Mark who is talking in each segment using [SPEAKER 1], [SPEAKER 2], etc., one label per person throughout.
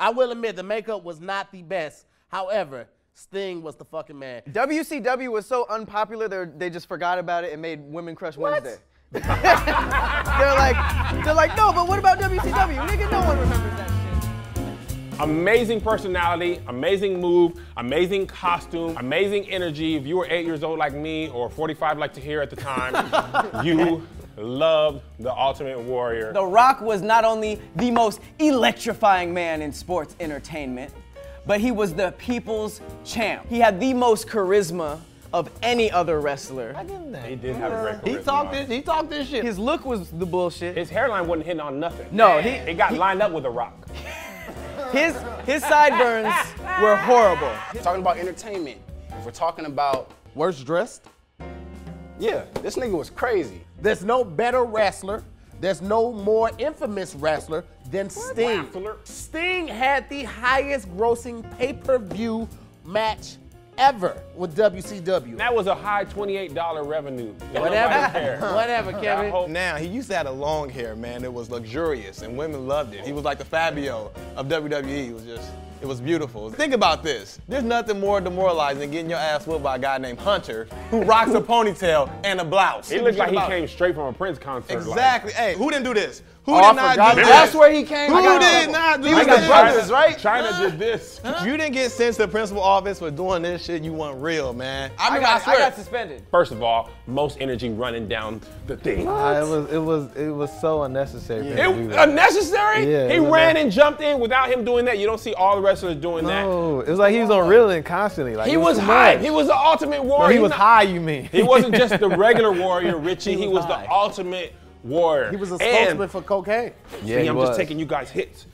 [SPEAKER 1] I will admit the makeup was not the best. However, Sting was the fucking man.
[SPEAKER 2] WCW was so unpopular, they they just forgot about it and made Women Crush Wednesday. they're like, they're like, no, but what about WCW? Nigga, no one remembers that shit.
[SPEAKER 3] Amazing personality, amazing move, amazing costume, amazing energy. If you were eight years old like me or 45 like to hear at the time, you loved the Ultimate Warrior.
[SPEAKER 2] The Rock was not only the most electrifying man in sports entertainment, but he was the people's champ. He had the most charisma of any other wrestler.
[SPEAKER 3] He did have a record.
[SPEAKER 4] He talked this. He talked this shit.
[SPEAKER 2] His look was the bullshit.
[SPEAKER 3] His hairline wasn't hitting on nothing.
[SPEAKER 2] No, he-
[SPEAKER 3] it got lined up with a rock.
[SPEAKER 2] His his sideburns were horrible.
[SPEAKER 5] Talking about entertainment. If we're talking about,
[SPEAKER 1] Worst dressed.
[SPEAKER 5] yeah, this nigga was crazy.
[SPEAKER 1] There's no better wrestler. There's no more infamous wrestler than Sting.
[SPEAKER 3] Wrestler.
[SPEAKER 1] Sting had the highest grossing pay-per-view match ever with WCW.
[SPEAKER 3] That was a high $28 revenue. Don't nobody
[SPEAKER 1] whatever,
[SPEAKER 3] care.
[SPEAKER 1] whatever,
[SPEAKER 3] I
[SPEAKER 1] Kevin.
[SPEAKER 3] hope-
[SPEAKER 4] Now he used to have a long hair, man. It was luxurious, and women loved it. He was like the Fabio of WWE. It was just, it was beautiful. Think about this. There's nothing more demoralizing than getting your ass whipped by a guy named Hunter, who rocks a ponytail and a blouse.
[SPEAKER 3] He looked like he
[SPEAKER 4] About-
[SPEAKER 3] came straight from a Prince concert. like-
[SPEAKER 4] Exactly. Hey, who didn't do this? Who
[SPEAKER 3] Oh, I
[SPEAKER 4] did not
[SPEAKER 3] forgot that.
[SPEAKER 4] do this?
[SPEAKER 3] That's
[SPEAKER 5] where he came
[SPEAKER 4] Who
[SPEAKER 5] from.
[SPEAKER 4] did not do
[SPEAKER 5] He
[SPEAKER 4] this?
[SPEAKER 5] was the brothers, right?
[SPEAKER 3] China did this.
[SPEAKER 4] You didn't get sent to the principal office for doing this shit. You weren't real, man. I remember. I,
[SPEAKER 2] got,
[SPEAKER 4] swear.
[SPEAKER 2] got suspended.
[SPEAKER 3] First of all, most energy running down the thing.
[SPEAKER 6] Uh, it was it was it was so unnecessary. for him to do
[SPEAKER 3] It,
[SPEAKER 6] that.
[SPEAKER 3] unnecessary?
[SPEAKER 6] Yeah,
[SPEAKER 3] he
[SPEAKER 6] it was
[SPEAKER 3] ran
[SPEAKER 6] unnecessary.
[SPEAKER 3] and jumped in without him doing that. You don't see all the wrestlers doing that.
[SPEAKER 6] No, it was like he was on Ritalin constantly. Like
[SPEAKER 3] He
[SPEAKER 6] it
[SPEAKER 3] was
[SPEAKER 6] too
[SPEAKER 3] hype.
[SPEAKER 6] much.
[SPEAKER 3] He was the ultimate warrior.
[SPEAKER 2] Oh,
[SPEAKER 6] No, he
[SPEAKER 3] He's
[SPEAKER 6] was
[SPEAKER 3] not-
[SPEAKER 6] high. You mean?
[SPEAKER 3] He wasn't just the regular warrior, Richie. He
[SPEAKER 2] was
[SPEAKER 3] was,
[SPEAKER 2] high.
[SPEAKER 3] the ultimate warrior.
[SPEAKER 1] He was a
[SPEAKER 3] And-
[SPEAKER 1] spokesman for cocaine.
[SPEAKER 6] Yeah,
[SPEAKER 3] See,
[SPEAKER 6] he
[SPEAKER 3] I'm
[SPEAKER 6] was.
[SPEAKER 3] just taking you guys hits.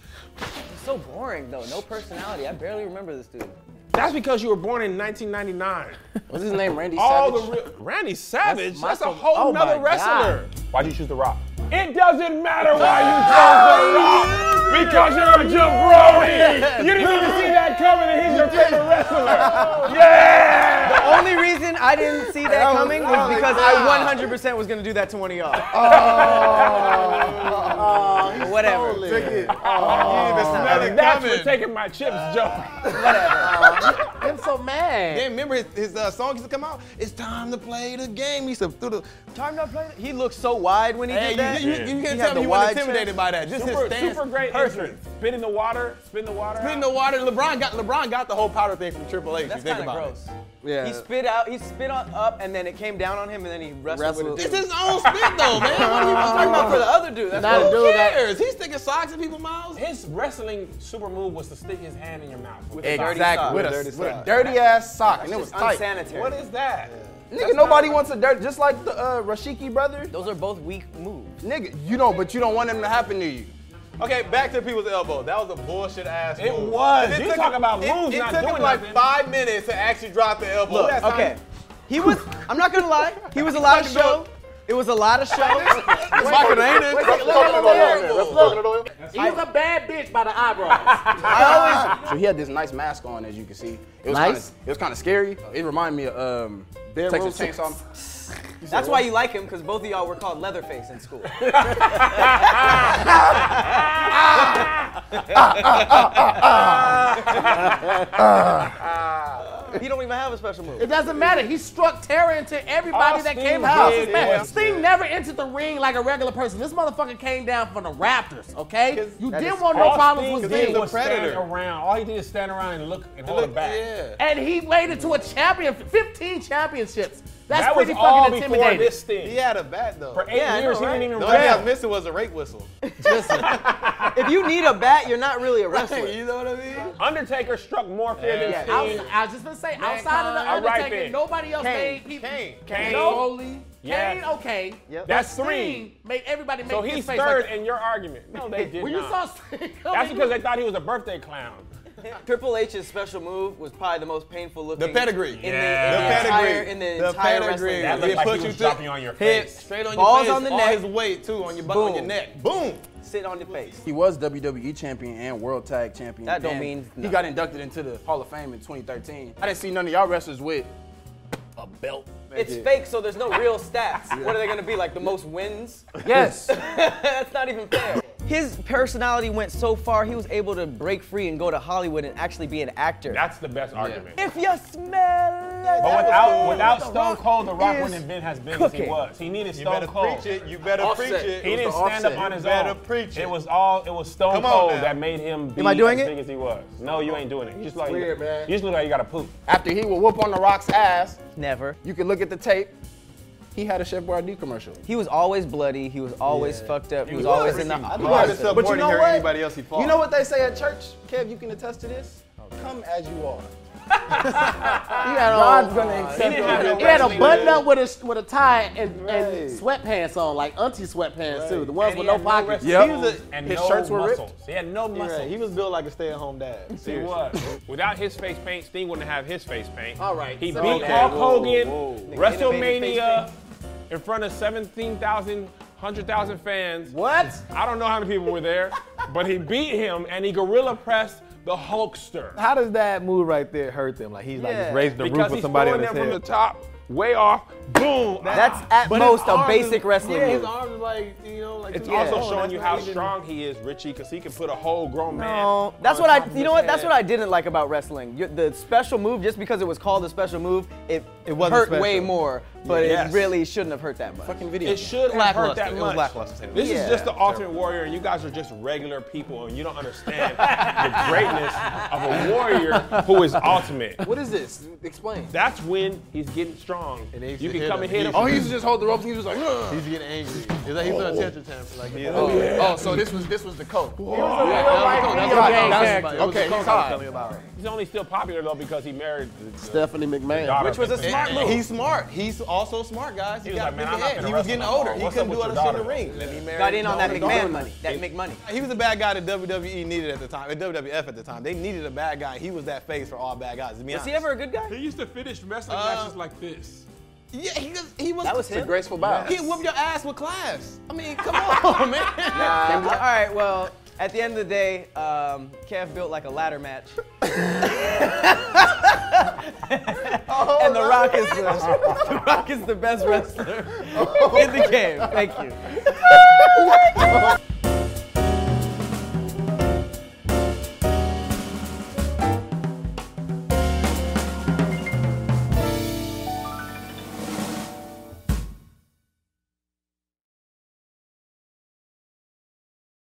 [SPEAKER 2] So boring though. No personality. I barely remember this dude.
[SPEAKER 3] That's because you were born in 1999.
[SPEAKER 5] What's his name? Randy
[SPEAKER 3] All
[SPEAKER 5] Savage.
[SPEAKER 3] the real Randy Savage. That's, a
[SPEAKER 2] Michael-
[SPEAKER 3] whole
[SPEAKER 2] oh
[SPEAKER 3] nother
[SPEAKER 2] my
[SPEAKER 3] wrestler. Why'd you choose The Rock? It doesn't matter why you chose The Rock because you're a jabroni. You didn't even see that coming, and he's your favorite wrestler. Yeah.
[SPEAKER 2] The only reason I didn't see that coming
[SPEAKER 6] Oh,
[SPEAKER 2] was because I 100% was gonna do that to one of y'all. Whatever.
[SPEAKER 4] Smell it
[SPEAKER 3] That's
[SPEAKER 4] coming.
[SPEAKER 3] for taking my chips, Joe.
[SPEAKER 1] I'm so mad.
[SPEAKER 4] Yeah, remember his, his uh, song used to come out? It's time to play the game. He used to through the.
[SPEAKER 2] Time not playing. He looked so wide when he
[SPEAKER 4] Hey,
[SPEAKER 2] did that.
[SPEAKER 4] you, you, you, you
[SPEAKER 2] He had
[SPEAKER 4] can't
[SPEAKER 2] the
[SPEAKER 4] tell me you weren't
[SPEAKER 2] wide
[SPEAKER 4] intimidated
[SPEAKER 2] chest.
[SPEAKER 4] by that. Just
[SPEAKER 3] Super,
[SPEAKER 4] his stance.
[SPEAKER 3] super great
[SPEAKER 4] perfect.
[SPEAKER 3] entrance. Spit in the water. Spin the water.
[SPEAKER 4] Spin
[SPEAKER 3] out.
[SPEAKER 4] the water. LeBron got LeBron got the whole powder thing from Triple H.
[SPEAKER 2] That's
[SPEAKER 4] you think
[SPEAKER 2] kind of
[SPEAKER 4] about
[SPEAKER 2] gross.
[SPEAKER 1] Yeah.
[SPEAKER 2] He spit out. He spit on up, and then it came down on him, and then he wrestled,
[SPEAKER 1] Wrestled.
[SPEAKER 2] with
[SPEAKER 4] it.
[SPEAKER 2] it.
[SPEAKER 4] It's his own spit though, man. What are you talking about for the other dude? That's
[SPEAKER 1] Not a
[SPEAKER 4] who
[SPEAKER 1] dude that-
[SPEAKER 4] cares? He's sticking socks in people's mouths.
[SPEAKER 3] His wrestling super move was to stick his hand in your mouth. With a
[SPEAKER 2] Exactly.
[SPEAKER 3] sock.
[SPEAKER 5] With a,
[SPEAKER 4] Dirty
[SPEAKER 5] with a
[SPEAKER 4] sock.
[SPEAKER 5] dirty ass sock, and it was
[SPEAKER 2] It's
[SPEAKER 5] tight.
[SPEAKER 2] unsanitary.
[SPEAKER 3] What is that?
[SPEAKER 5] Nigga, nobody wants a dirty. Just like the uh, Rashiki brother.
[SPEAKER 2] Those are both weak moves.
[SPEAKER 5] Nigga, you know, but you don't want them to happen to you.
[SPEAKER 4] Okay, back to people's elbow. That was a bullshit ass.
[SPEAKER 3] It
[SPEAKER 4] move.
[SPEAKER 3] was.
[SPEAKER 4] It
[SPEAKER 3] You
[SPEAKER 4] took
[SPEAKER 3] talk
[SPEAKER 4] him-
[SPEAKER 3] about
[SPEAKER 4] it-
[SPEAKER 3] moves
[SPEAKER 4] It,
[SPEAKER 3] not
[SPEAKER 4] took
[SPEAKER 3] doing
[SPEAKER 4] him like
[SPEAKER 3] nothing.
[SPEAKER 4] five minutes to actually drop the elbow.
[SPEAKER 2] Look,
[SPEAKER 4] That's not-
[SPEAKER 2] okay. He was. I'm not gonna lie. He was a lot of show. It was a lot of show.
[SPEAKER 4] Michael Hayden.
[SPEAKER 1] He was a bad bitch by the eyebrows.
[SPEAKER 5] So he had this nice mask on, as you can see. It was
[SPEAKER 1] Nice?
[SPEAKER 5] Kinda, it was kind of scary. It reminded me of um, Texas
[SPEAKER 1] Six.
[SPEAKER 5] Chainsaw.
[SPEAKER 2] That's why you like him, because both of y'all were called Leatherface in school. he don't even have a special move.
[SPEAKER 1] it doesn't matter. He struck terror into everybody
[SPEAKER 3] All
[SPEAKER 1] that
[SPEAKER 3] Sting
[SPEAKER 1] came out.
[SPEAKER 3] did
[SPEAKER 1] Man,
[SPEAKER 3] was-
[SPEAKER 1] Sting never entered the ring like a regular person. This motherfucker came down from the Raptors, okay? You didn't want no
[SPEAKER 3] All
[SPEAKER 1] problems
[SPEAKER 3] Sting
[SPEAKER 1] with
[SPEAKER 3] did
[SPEAKER 1] Sting.
[SPEAKER 3] was stand around. All he did is stand around and look and hold it back.
[SPEAKER 4] Yeah.
[SPEAKER 1] And he made it to a champion, 15 championships. That's
[SPEAKER 3] That was
[SPEAKER 1] pretty
[SPEAKER 3] all
[SPEAKER 1] fucking
[SPEAKER 3] before
[SPEAKER 1] intimidating.
[SPEAKER 3] this thing.
[SPEAKER 4] He had a bat though.
[SPEAKER 3] For eight
[SPEAKER 2] Yeah, I
[SPEAKER 3] years,
[SPEAKER 2] know,
[SPEAKER 3] he
[SPEAKER 2] right?
[SPEAKER 3] didn't even
[SPEAKER 4] the only thing I was
[SPEAKER 3] rap.
[SPEAKER 4] missing was a rape whistle.
[SPEAKER 2] If you need a bat, you're not really a wrestler.
[SPEAKER 4] you know what I mean?
[SPEAKER 3] Undertaker struck more fear than
[SPEAKER 4] Yeah.
[SPEAKER 3] Sting.
[SPEAKER 1] Outs- I was just gonna say, outside of the
[SPEAKER 3] All right,
[SPEAKER 1] Undertaker,
[SPEAKER 3] then.
[SPEAKER 1] nobody else made people.
[SPEAKER 4] Kane.
[SPEAKER 3] Kane.
[SPEAKER 1] Foley.
[SPEAKER 3] Yes.
[SPEAKER 1] Kane, okay.
[SPEAKER 3] That's
[SPEAKER 1] But Sting
[SPEAKER 3] three.
[SPEAKER 1] Made everybody make
[SPEAKER 3] So
[SPEAKER 1] his
[SPEAKER 3] he's
[SPEAKER 1] face
[SPEAKER 3] third
[SPEAKER 1] Like,
[SPEAKER 3] in your argument. No, they did
[SPEAKER 1] when you
[SPEAKER 3] not.
[SPEAKER 1] saw Sting coming,
[SPEAKER 3] That's because they thought he was a birthday clown.
[SPEAKER 2] Triple H's special move was probably the most painful looking.
[SPEAKER 4] The pedigree.
[SPEAKER 2] In
[SPEAKER 3] Yeah.
[SPEAKER 2] the, in the,
[SPEAKER 3] The
[SPEAKER 2] entire,
[SPEAKER 4] pedigree.
[SPEAKER 2] in the,
[SPEAKER 4] The
[SPEAKER 2] entire
[SPEAKER 4] pedigree.
[SPEAKER 2] wrestling. game.
[SPEAKER 3] That
[SPEAKER 4] That looked
[SPEAKER 3] looked
[SPEAKER 4] like
[SPEAKER 3] like
[SPEAKER 4] put
[SPEAKER 3] he
[SPEAKER 4] you
[SPEAKER 3] was
[SPEAKER 4] to-
[SPEAKER 3] dropping you on your
[SPEAKER 4] Hit
[SPEAKER 3] face.
[SPEAKER 4] straight on
[SPEAKER 2] Balls
[SPEAKER 4] your face.
[SPEAKER 2] on the
[SPEAKER 4] all
[SPEAKER 2] neck.
[SPEAKER 4] his weight too on your butt on your
[SPEAKER 2] Boom.
[SPEAKER 4] neck. Boom.
[SPEAKER 2] Sit on your face.
[SPEAKER 5] He was WWE champion and World Tag Champion.
[SPEAKER 2] That don't
[SPEAKER 5] and
[SPEAKER 2] mean
[SPEAKER 5] he
[SPEAKER 2] nothing.
[SPEAKER 5] got inducted into the Hall of Fame in 2013. I didn't see none of y'all wrestlers with a belt.
[SPEAKER 2] It's fake, so there's no real stats. What are they gonna be like? The most wins?
[SPEAKER 5] Yes.
[SPEAKER 2] That's not even fair. his personality went so far, he was able to break free and go to Hollywood and actually be an actor.
[SPEAKER 3] That's the best argument.
[SPEAKER 2] if you smell it.
[SPEAKER 3] But without without
[SPEAKER 2] The
[SPEAKER 3] Stone Cold, The Rock
[SPEAKER 2] is
[SPEAKER 3] wouldn't have been as big as
[SPEAKER 2] cooking.
[SPEAKER 3] he was. He needed
[SPEAKER 4] You
[SPEAKER 3] Stone
[SPEAKER 4] better
[SPEAKER 3] Cold.
[SPEAKER 4] preach it. You better
[SPEAKER 5] Offset.
[SPEAKER 4] preach it.
[SPEAKER 3] He
[SPEAKER 5] It was
[SPEAKER 3] didn't
[SPEAKER 5] the
[SPEAKER 3] stand
[SPEAKER 5] offset.
[SPEAKER 3] up on his
[SPEAKER 4] You better
[SPEAKER 3] own.
[SPEAKER 4] preach it.
[SPEAKER 3] It was all it was Stone
[SPEAKER 4] Come on
[SPEAKER 3] Cold
[SPEAKER 4] now.
[SPEAKER 3] that made him be
[SPEAKER 6] Am I doing
[SPEAKER 3] as
[SPEAKER 6] it?
[SPEAKER 3] big as he was. No, you ain't doing it. You just like
[SPEAKER 5] weird, man.
[SPEAKER 3] You just look like you got to poop.
[SPEAKER 5] After he would whoop on The Rock's ass,
[SPEAKER 2] Never.
[SPEAKER 5] you can look at the tape. He had a Chef Boyardee commercial.
[SPEAKER 2] He was always bloody. He was always fucked up. He, was,
[SPEAKER 5] was
[SPEAKER 2] always in the
[SPEAKER 5] everything. I
[SPEAKER 4] You brought
[SPEAKER 5] But
[SPEAKER 4] this up
[SPEAKER 5] you
[SPEAKER 4] more than
[SPEAKER 5] know
[SPEAKER 4] hearing
[SPEAKER 5] what?
[SPEAKER 4] anybody else he fought.
[SPEAKER 5] You know what they say at church? Kev, you can attest to this. Come as you are.
[SPEAKER 1] He had
[SPEAKER 5] God's
[SPEAKER 1] on-
[SPEAKER 5] gonna accept
[SPEAKER 3] didn't
[SPEAKER 5] you.
[SPEAKER 3] have no
[SPEAKER 1] He had a
[SPEAKER 3] wrestling
[SPEAKER 1] button up with a sh- with a tie and,
[SPEAKER 5] Right.
[SPEAKER 1] and sweatpants on, like auntie sweatpants too. The ones
[SPEAKER 3] And
[SPEAKER 1] with
[SPEAKER 3] he
[SPEAKER 1] no
[SPEAKER 3] had no
[SPEAKER 1] pockets.
[SPEAKER 3] wrestling
[SPEAKER 5] Yep.
[SPEAKER 3] moves
[SPEAKER 5] He was a-
[SPEAKER 3] and
[SPEAKER 5] his
[SPEAKER 3] no
[SPEAKER 5] shirts were ripped.
[SPEAKER 3] muscles. He had no muscles.
[SPEAKER 4] Right, He was built like a stay-at-home dad.
[SPEAKER 3] He
[SPEAKER 4] Seriously.
[SPEAKER 3] was. Without his face paint, Sting wouldn't have his face paint.
[SPEAKER 1] All right,
[SPEAKER 3] He
[SPEAKER 1] so-
[SPEAKER 3] beat
[SPEAKER 1] Okay,
[SPEAKER 3] Hulk
[SPEAKER 4] whoa,
[SPEAKER 3] Hogan,
[SPEAKER 4] whoa.
[SPEAKER 3] WrestleMania, in front of 17,000, 100,000 fans.
[SPEAKER 1] What?
[SPEAKER 3] I don't know how many people were there, but he beat him and he gorilla pressed the Hulkster.
[SPEAKER 6] How does that move right there hurt them? Like he's like
[SPEAKER 2] Yeah.
[SPEAKER 6] just raising the
[SPEAKER 3] because
[SPEAKER 6] roof with
[SPEAKER 3] he's
[SPEAKER 6] somebody on
[SPEAKER 3] throwing
[SPEAKER 6] his
[SPEAKER 3] them from the
[SPEAKER 6] head.
[SPEAKER 3] top, way off, boom.
[SPEAKER 2] That's
[SPEAKER 3] ah.
[SPEAKER 2] at
[SPEAKER 4] But his
[SPEAKER 2] most a
[SPEAKER 4] arms
[SPEAKER 2] basic
[SPEAKER 4] is-
[SPEAKER 2] wrestling
[SPEAKER 4] Yeah, his
[SPEAKER 2] move.
[SPEAKER 4] arms is like, you know, like.
[SPEAKER 3] It's
[SPEAKER 4] too long.
[SPEAKER 3] also showing
[SPEAKER 4] That's
[SPEAKER 3] you
[SPEAKER 4] why
[SPEAKER 3] how
[SPEAKER 4] he didn't-
[SPEAKER 3] strong he is, Richie, because he can put a whole grown man.
[SPEAKER 2] No, that's
[SPEAKER 3] on
[SPEAKER 2] what I.
[SPEAKER 3] top of
[SPEAKER 2] You know
[SPEAKER 3] his
[SPEAKER 2] what? That's
[SPEAKER 3] head.
[SPEAKER 2] what I didn't like about wrestling. You- The special move, just because it was called a special move, it it
[SPEAKER 6] wasn't
[SPEAKER 2] hurt
[SPEAKER 6] special.
[SPEAKER 2] way more, but
[SPEAKER 4] Yes.
[SPEAKER 2] it really shouldn't have hurt that much.
[SPEAKER 5] Fucking video.
[SPEAKER 3] It should have hurt
[SPEAKER 4] Lackluster.
[SPEAKER 3] that
[SPEAKER 4] It
[SPEAKER 3] much.
[SPEAKER 4] was lackluster.
[SPEAKER 3] This
[SPEAKER 2] Yeah.
[SPEAKER 3] is just the alternate warrior, and you guys are just regular people, and you don't understand the greatness of a warrior who is ultimate.
[SPEAKER 5] What is this? Explain.
[SPEAKER 3] That's when he's getting strong.
[SPEAKER 4] And he used
[SPEAKER 3] you
[SPEAKER 4] to
[SPEAKER 3] can
[SPEAKER 4] hit
[SPEAKER 3] come
[SPEAKER 4] him.
[SPEAKER 3] and hit
[SPEAKER 4] He
[SPEAKER 3] him.
[SPEAKER 5] Oh, he used to just hold the ropes and he was like, "Ugh."
[SPEAKER 4] He's getting angry. He's like he's on a temper tantrum. Like he's
[SPEAKER 5] oh, oh, so this was this was the Oh, coat. Okay, he's hot.
[SPEAKER 3] he's only still popular though because he married the- the
[SPEAKER 1] Stephanie McMahon.
[SPEAKER 3] daughter.
[SPEAKER 2] Which was a smart
[SPEAKER 4] And
[SPEAKER 2] move.
[SPEAKER 4] He's smart. He's also smart, guys.
[SPEAKER 3] He was
[SPEAKER 4] got
[SPEAKER 3] like, man,
[SPEAKER 4] big
[SPEAKER 3] I'm not
[SPEAKER 4] head.
[SPEAKER 3] finna
[SPEAKER 4] He was getting
[SPEAKER 3] wrestle no
[SPEAKER 4] older.
[SPEAKER 3] more.
[SPEAKER 4] He
[SPEAKER 3] What's
[SPEAKER 4] couldn't
[SPEAKER 3] up
[SPEAKER 4] do all
[SPEAKER 3] with
[SPEAKER 4] this
[SPEAKER 3] your
[SPEAKER 4] in the
[SPEAKER 3] daughter?
[SPEAKER 4] ring. Let me marry
[SPEAKER 2] Got in on that
[SPEAKER 4] daughter.
[SPEAKER 2] McMahon money. That McMoney.
[SPEAKER 4] He was the bad guy that WWE needed at the time, at WWF at the time. They needed a bad guy. He was that face for all bad guys. To be
[SPEAKER 2] Was he
[SPEAKER 4] honest.
[SPEAKER 2] ever a good guy?
[SPEAKER 7] They used to finish wrestling
[SPEAKER 4] Uh,
[SPEAKER 7] matches like this.
[SPEAKER 4] Yeah, he was. He was.
[SPEAKER 2] That was
[SPEAKER 5] It's a
[SPEAKER 2] him.
[SPEAKER 5] graceful bow.
[SPEAKER 4] He whooped your ass with class. I mean, come on, man.
[SPEAKER 2] Uh, all right. Well, at the end of the day, um, Kev built like a ladder match. and the Rock is the, the Rock is the best wrestler in the game. Thank you.